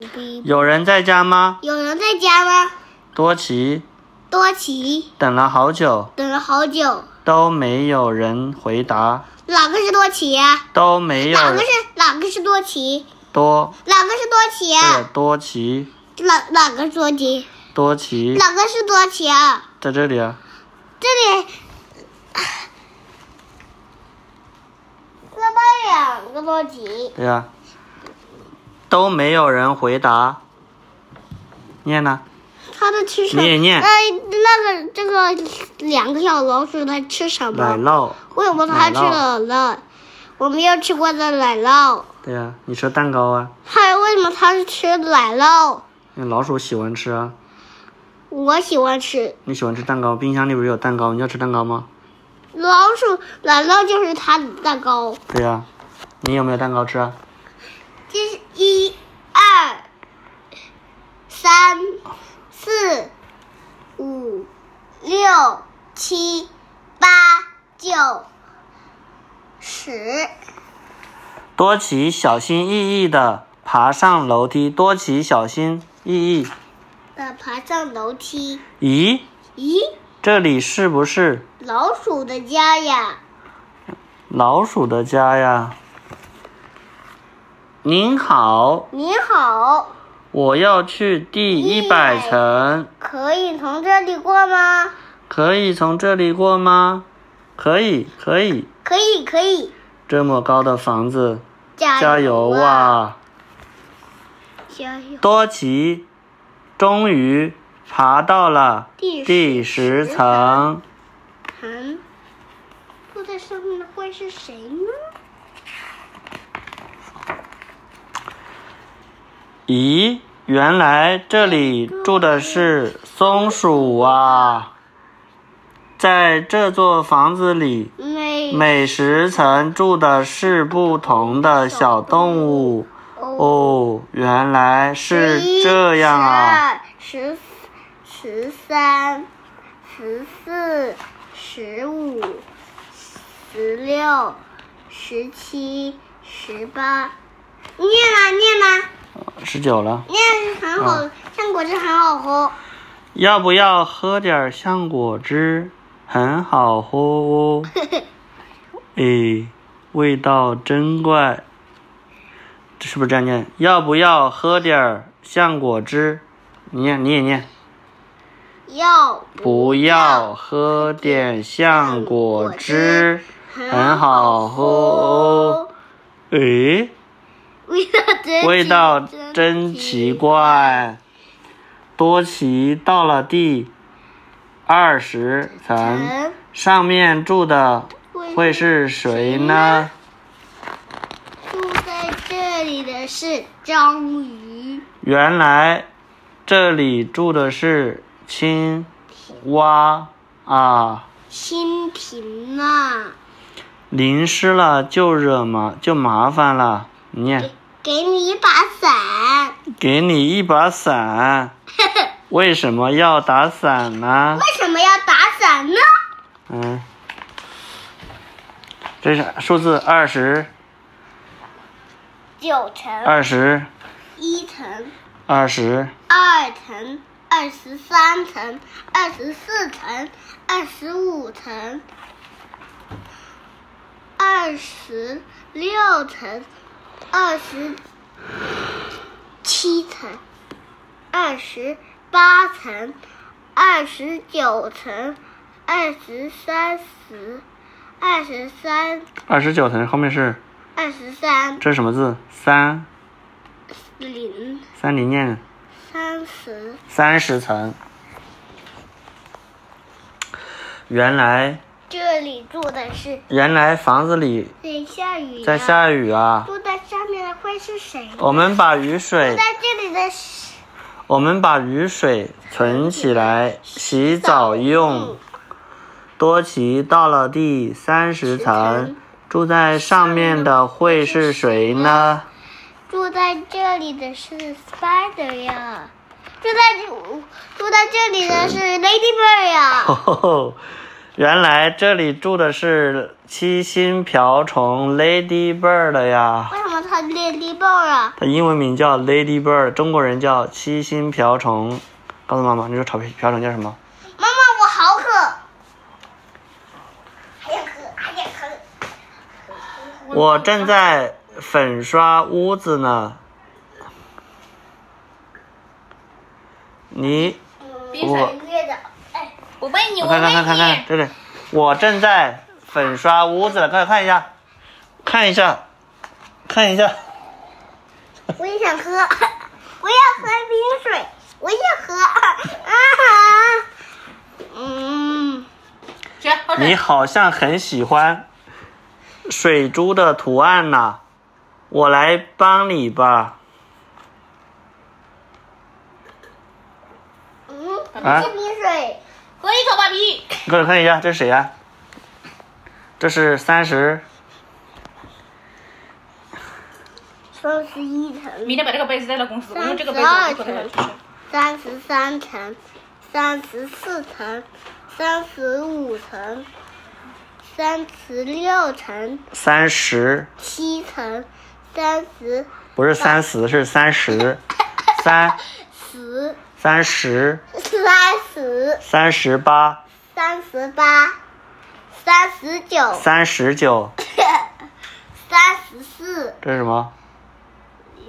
哔。有人在家吗？有人在家吗？多奇多奇等了好久等了好久，都没有人回答，哪个是多奇呀、都没有哪个是哪个是多奇？多哪个是多奇啊对呀、多奇哪哪个是多奇？多奇哪个是多奇啊？在这里啊，这里，这边两个多奇，对呀、啊都没有人回答。念呢？它在吃什么？你也念那那个这个两个小老鼠在吃什奶么？酪，为什么它吃奶奶酪？我没有吃过的奶酪。对呀、你说蛋糕啊，它为什么它是吃奶酪？那老鼠喜欢吃啊。我喜欢吃你喜欢吃蛋糕，冰箱里不是有蛋糕？你要吃蛋糕吗？老鼠奶酪，就是它的蛋糕。对呀、你有没有蛋糕吃啊？这是一、二、三、四、五、六、七、八、九、十。多奇小心翼翼地爬上楼梯。多奇小心翼翼，的爬上楼梯。咦，咦，这里是不是老鼠的家呀！老鼠的家呀？您好，你好，我要去第一百层，可以从这里过吗？可以从这里过吗？可以，可以。可以，可以。这么高的房子，加加油啊！啊！加油！多奇终于爬到了第第十层。嗯，坐在上面的会是谁呢？咦，原来这里住的是松鼠啊！在这座房子里，没每十层住的是不同的小动物。哦，哦，原来是11这样啊！！十二、十、十三、十四、十五、十六、十七、十八。念啦念啦，十九了，嗯念很好，像果汁很好喝。要不要喝点橡果汁？很好喝 哦。诶，味道真怪，这是不是这样念？要不要喝点儿橡果汁？你念，你也念。要不要喝点橡果汁，很好喝哦。诶，味道真味道奇真奇怪。多奇到了第二十层，嗯上面住的会是谁呢？住在这里的是章鱼、原来这里住的是青蛙啊！蜻蜓啊。淋湿了就惹麻就麻烦了。你念，给你一把伞，给你一把 伞，为什么要打伞呢？为什么要打伞呢？嗯，这是数字二十九层、二十一层、二十二层、二十三层、二十四层、二十五层、二十六层、二十七层、二十八层、二十九层、二十三十、二十三、二十九层后面是二十三这是什么字？三零三零念三十。三十层。原来这里住的是原来房子里在下雨呀在下雨啊，住在上面的会是谁？我们把雨水在这里的是我们把雨水存起来洗澡用。多奇到了第三十层，住在上面的会是谁呢？住在这里的是 spider 呀，住在这住在这里的是 ladybird 呀，哦，原来这里住的是七星瓢虫 Lady Bird 呀。为什么它它 ladybird 啊，它英文名叫 ladybird，中国人叫七星瓢虫。告诉妈妈，你说草瓢瓢虫叫什么？妈妈我好渴，还想喝，还想喝。我正在粉刷屋子呢。你，冰我水月的，哎，我问你，看我看问看看看，你，对对，我正在粉刷屋子了，快看一下，看一下，看一下，我也想喝，我要喝冰水，我也喝啊哈，嗯，停，喝你水。好像很喜欢水珠的图案呐、我来帮你吧。嗯，啊这冰水，喝一口吧，比。你过来看一下，这是谁呀、这是三十，双十一层。明天把这个杯子带到公司，我用这个杯子32一口带到公司。三十三层，三十四层，三十五层，三十六层，三十七层，三十不是三十，是三十，三十，三十三十，三十八三十八，三十九，三十九，三十四，这是什么？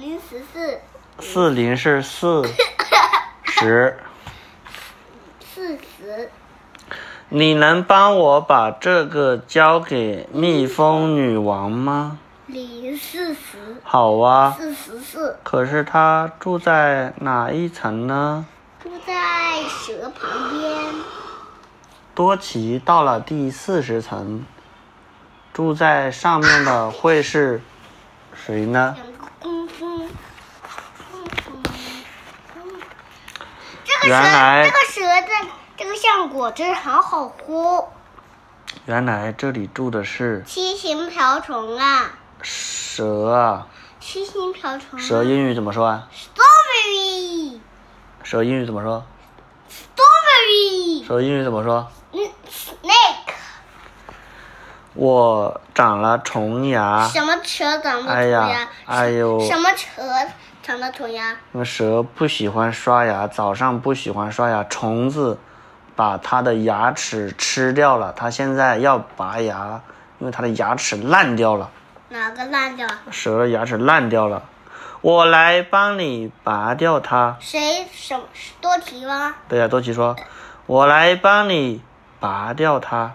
零十四，四零是四十。四十，你能帮我把这个交给蜜蜂女王吗？零四十，好啊，四十四，可是她住在哪一层呢？住在蛇旁边。多奇到了第四十层，住在上面的会是谁呢？两个公分。这个原来蛇，这个蛇的这个橡果汁好好喝，原来这里住的是七形瓢虫啊，蛇啊！七形瓢虫、啊。蛇英语怎么说啊？ strawberry 蛇英语怎么说？ strawberry 蛇英语怎么说？嗯 snake 我长了虫牙，什么蛇长得啊哎虫呀呀？，哎呦，什么蛇长得虫呀？那个蛇不喜欢刷牙，早上不喜欢刷牙，虫子把它的牙齿吃掉了，它现在要拔牙，因为它的牙齿烂掉了，哪个烂掉？蛇的牙齿烂掉了，我来帮你拔掉它。谁什么多提吗？对呀、多奇说：“我来帮你拔掉它，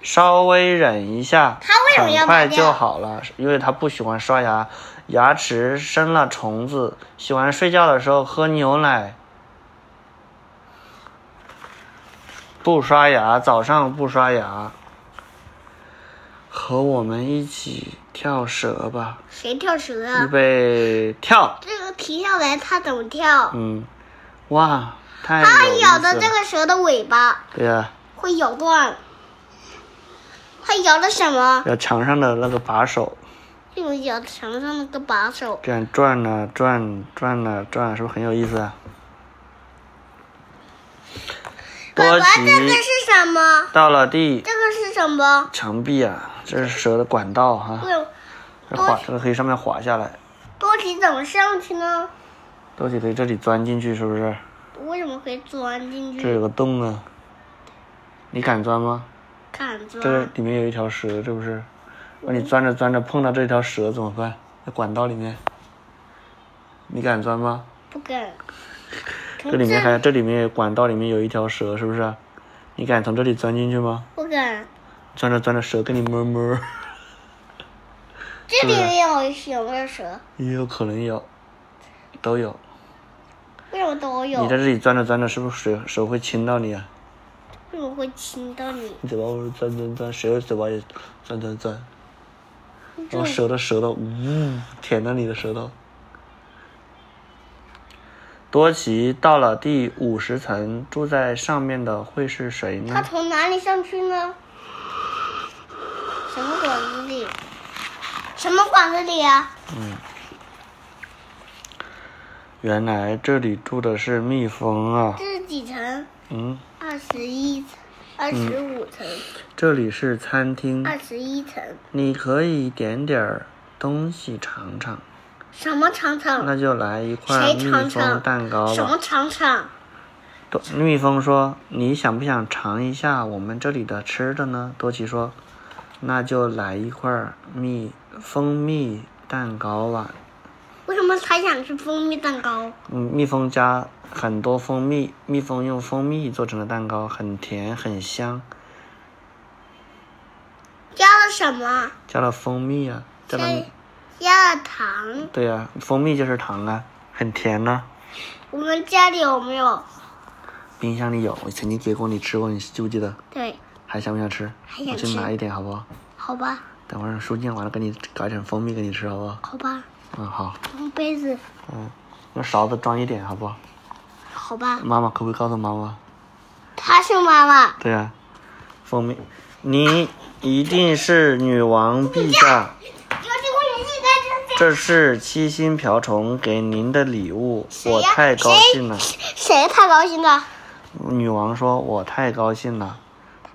稍微忍一下，它为什么要很拔快掉就好了，因为它不喜欢刷牙，牙齿生了虫子，喜欢睡觉的时候喝牛奶，不刷牙，早上不刷牙。”和我们一起跳蛇吧！谁跳蛇预啊？备跳，这个停下来，它怎么跳？嗯，哎哇，太有它意咬思啊的这了个蛇的尾巴对呀、会咬断，它咬了什么？要墙上的那个把手，这种咬墙上那个把手。这样转呐转，转呐转，是不是很有意思啊？爸多爸，这个吉是什么？到了地这个是什么？墙壁啊，这是蛇的管道哈、对，这滑这个可以上面滑下来，多吉怎么上去呢？多吉可以这里钻进去，是不是？为什么会钻进这去？有个洞啊，你敢钻吗？敢这钻？里面有一条蛇，这不是？那你钻着钻着碰到这条蛇怎么办？在管道里面，你敢钻吗？不敢。从这里面这还这里面管道里面有一条蛇，是不是？你敢从这里钻进去吗？不敢。钻着钻着，蛇跟你摸摸，这里面有有没有蛇？也有可能有，都有。为什么都有你？在这里钻着钻着，是不是水蛇会亲到你啊？为什么会亲到你？你嘴巴不是钻钻钻，蛇的嘴巴也钻钻钻，然这后蛇的舌头呜舔到你的舌头。多奇到了第五十层，住在上面的会是谁它呢？从哪里上去呢？什么管子里？什么管子里啊？原来这里住的是蜜蜂啊这。是几层？嗯，二十一层，二十五层，这里是餐厅。二十一层。你可以点点儿东西尝尝。什么尝尝？那就来一块嗯谁蜜尝蜂尝？蛋糕什么吧。尝尝？多蜜蜂说：“你想不想尝一下我们这里的吃的呢？”多奇说：“那就来一块蜜蜂蜜蛋糕吧。为什么他想吃蜂蜜蛋糕？嗯，蜜蜂加很多蜂蜜，蜜蜂用蜂蜜做成的蛋糕很甜很香，加了什么？加了蜂蜜啊，加了加加了糖。对呀、蜂蜜就是糖啊，很甜呢、我们家里有没有？冰箱里有，我曾经给过你吃过，你记不记得？对，还想不想吃？还想我去吃拿一点好不好？好吧，等会儿书念完了，给你搞一点蜂蜜给你吃，好不好？好吧，嗯，好，用杯子，嗯，用勺子装一点，好不好？好吧。妈妈可不可以告诉妈妈？她是妈妈，对呀、蜂蜜，你一定是女王陛下，这是七星瓢虫给您的礼物，我呀太高谁兴了。谁太高兴了？女王说：“我太高兴了，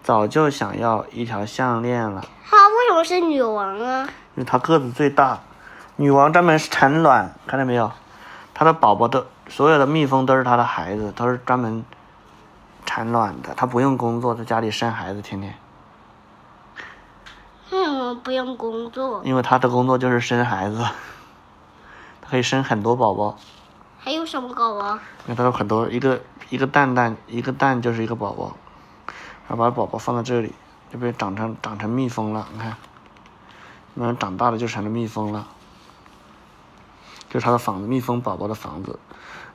早就想要一条项链了，她为什么是女王啊？因为她个子最大。女王专门是产卵，看到没有？她的宝宝都，所有的蜜蜂都是她的孩子，都是专门产卵的。她不用工作，在家里生孩子，天天，为什么不用工作？因为她的工作就是生孩子，她可以生很多宝宝。还有什么狗啊？因为它有很多，一个一个蛋蛋，一个蛋就是一个宝宝，然后把宝宝放到这里，就被长成长成蜜蜂了。你看，慢慢长大了就成了蜜蜂了，就是它的房子，蜜蜂宝宝的房子。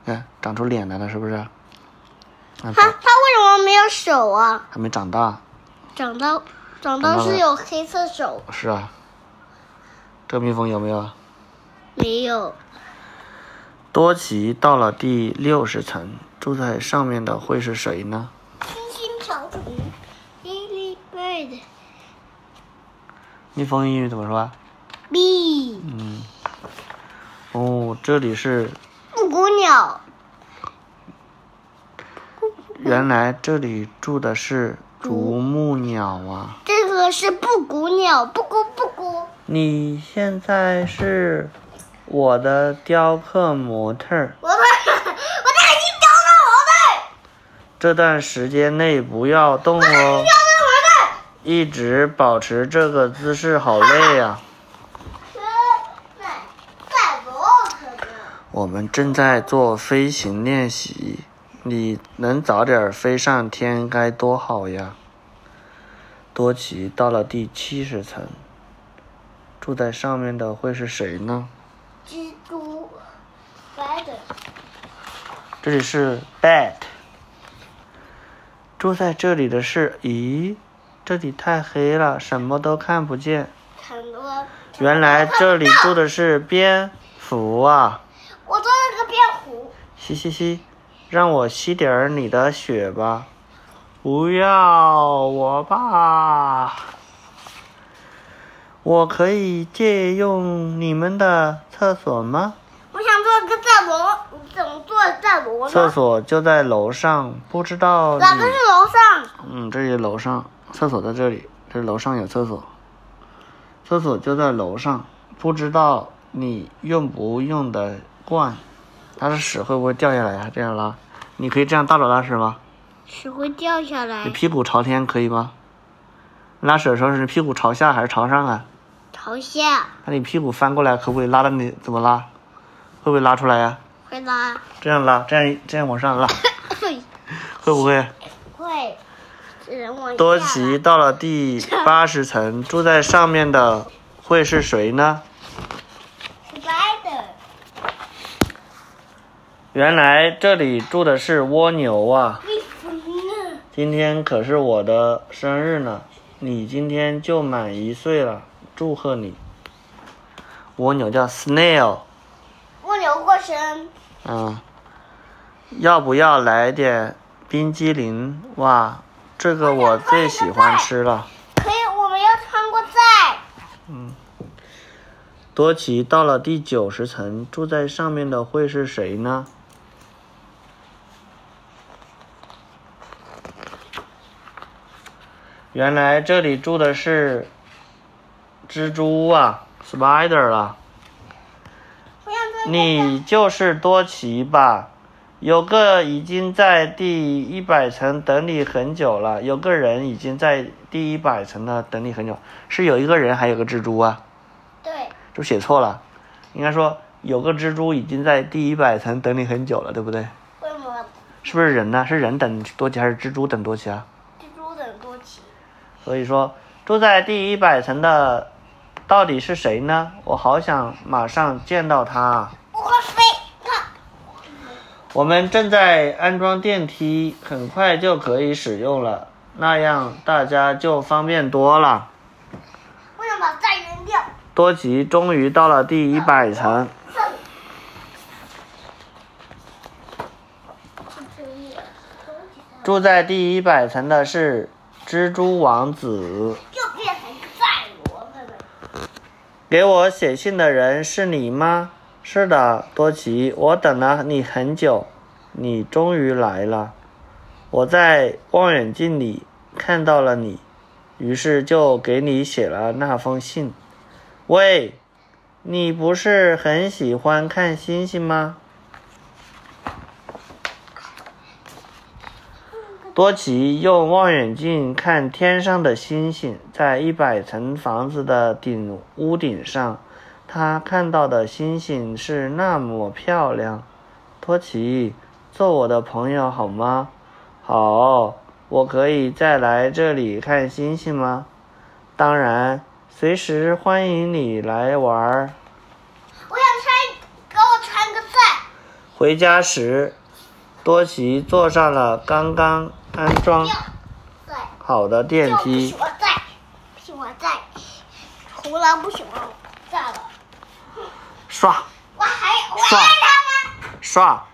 你看，长出脸来了，是不是？啊，她她为什么没有手啊？还没长大，长到长长到到了是有黑色手，是啊。这个蜜蜂有没有啊？没有。多奇到了第六十层，住在上面的会是谁呢？星星瓢虫，Lily Bird。蜜蜂英语怎么说啊？ B，哦，这里是布谷鸟，原来这里住的是啄木鸟啊！这个是布谷鸟，布谷布谷。你现在是我的雕刻模特儿，我的，我的已经掉到我的，这段时间内不要动哦，掉到我的。一直保持这个姿势，好累啊！呃我们正在做飞行练习，你能早点飞上天该多好呀！多奇到了第七十层，住在上面的会是谁呢？蜘蛛，spider，这里是 bed。住在这里的是，咦，这里太黑了，什么都看不见。很多。原来这里住的是蝙蝠啊！我做了个蝙蝠，嘻嘻嘻，让我吸点儿你的血吧。不要我吧，我可以借用你们的厕所吗？我想做个战罗，你怎么做战罗厕呢？所就在楼上，不知道哪个你是。楼上？嗯，这里楼上厕所在这里，这楼上有厕所，厕所就在楼上，不知道你用不用得惯，它的屎会不会掉下来呀、这样拉，你可以这样倒着拉屎吗？只会掉下你来，屁股朝天可以吗？拉屎的时候是屁股朝下还是朝上啊？朝下那你屁股翻过来可不可以拉到你怎么拉？会不会拉出来呀、会拉，这样拉，这样这样往上拉， 会不啊会？会，人往下多奇到了第八十层，住在上面的会是谁呢？啊，spider，原来这里住的是蜗牛啊！为什么呢？今天可是我的生日呢，你今天就满一岁了，祝贺你！蜗牛叫 snail，蜗牛过生，嗯，要不要来点冰激凌？哇，这个我最喜欢吃了。可以，我们要穿过在多奇到了第九十层，住在上面的会是谁呢？原来这里住的是蜘蛛啊 spider 了。我想做你就是多奇吧？有个已经在第一百层等你很久了，有个人已经在第一百层了等你很久，是有一个人还有个蜘蛛啊，对是不是写错了？应该说有个蜘蛛已经在第一百层等你很久了，对不对？为什么是不是人呢？是人等多奇还是蜘蛛等多奇啊？蜘蛛等多奇？所以说住在第一百层的到底是谁呢？我好想马上见到他啊！我会飞，看我们正在安装电梯，很快就可以使用了，那样大家就方便多了。为什么再扔掉？多吉终于到了第一百层，啊住在第一百层的是蜘蛛王子。又变成赛罗了。给我写信的人是你吗？是的，多奇，我等了你很久，你终于来了。我在望远镜里看到了你，于是就给你写了那封信。喂，你不是很喜欢看星星吗？多奇用望远镜看天上的星星，在一百层房子的顶屋顶上，他看到的星星是那么漂亮。多奇，做我的朋友好吗？好，我可以再来这里看星星吗？当然，随时欢迎你来玩儿。我想参，给我参个赛。回家时，多奇坐上了刚刚安装赛。好的电就不梯许。我在，不许我在，红狼不许我在了。刷我还我算爱他们，刷，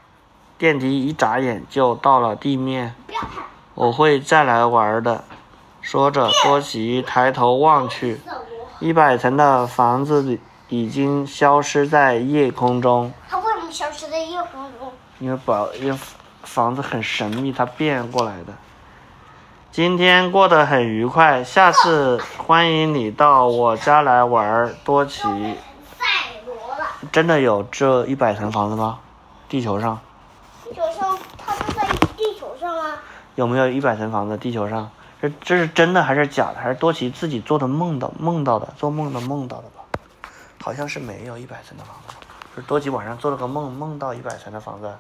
电梯一眨眼就到了地面。不要看，我会再来玩的。说着，多奇抬头望去，走我。一百层的房子里已经消失在夜空中。他为什么消失在夜空中？因为宝，因为房子很神秘，它变过来的。今天过得很愉快，下次欢迎你到我家来玩儿，多奇。又变成赛罗了。真的有这一百层房子吗？地球上地球上，他们在地球上啊。有没有一百层房子？地球上这这是真的还是假的？还是多奇自己做的梦到梦到的，做梦的梦到的吧？好像是没有一百层的房子，是多奇晚上做了个梦，梦到一百层的房子。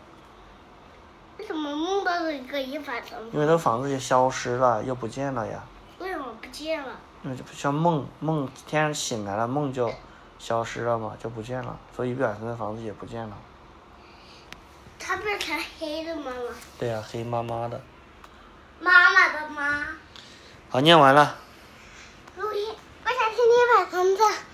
为什么梦到了一个一百层？因为那房子也消失了，又不见了呀。为什么不见了？那就不像梦梦，天上醒来了，梦就消失了嘛，就不见了，所以一百层的房子也不见了。它变成黑的妈妈，对呀、黑麻麻的。妈妈的妈。好，念完了。如意，我想听一百层的。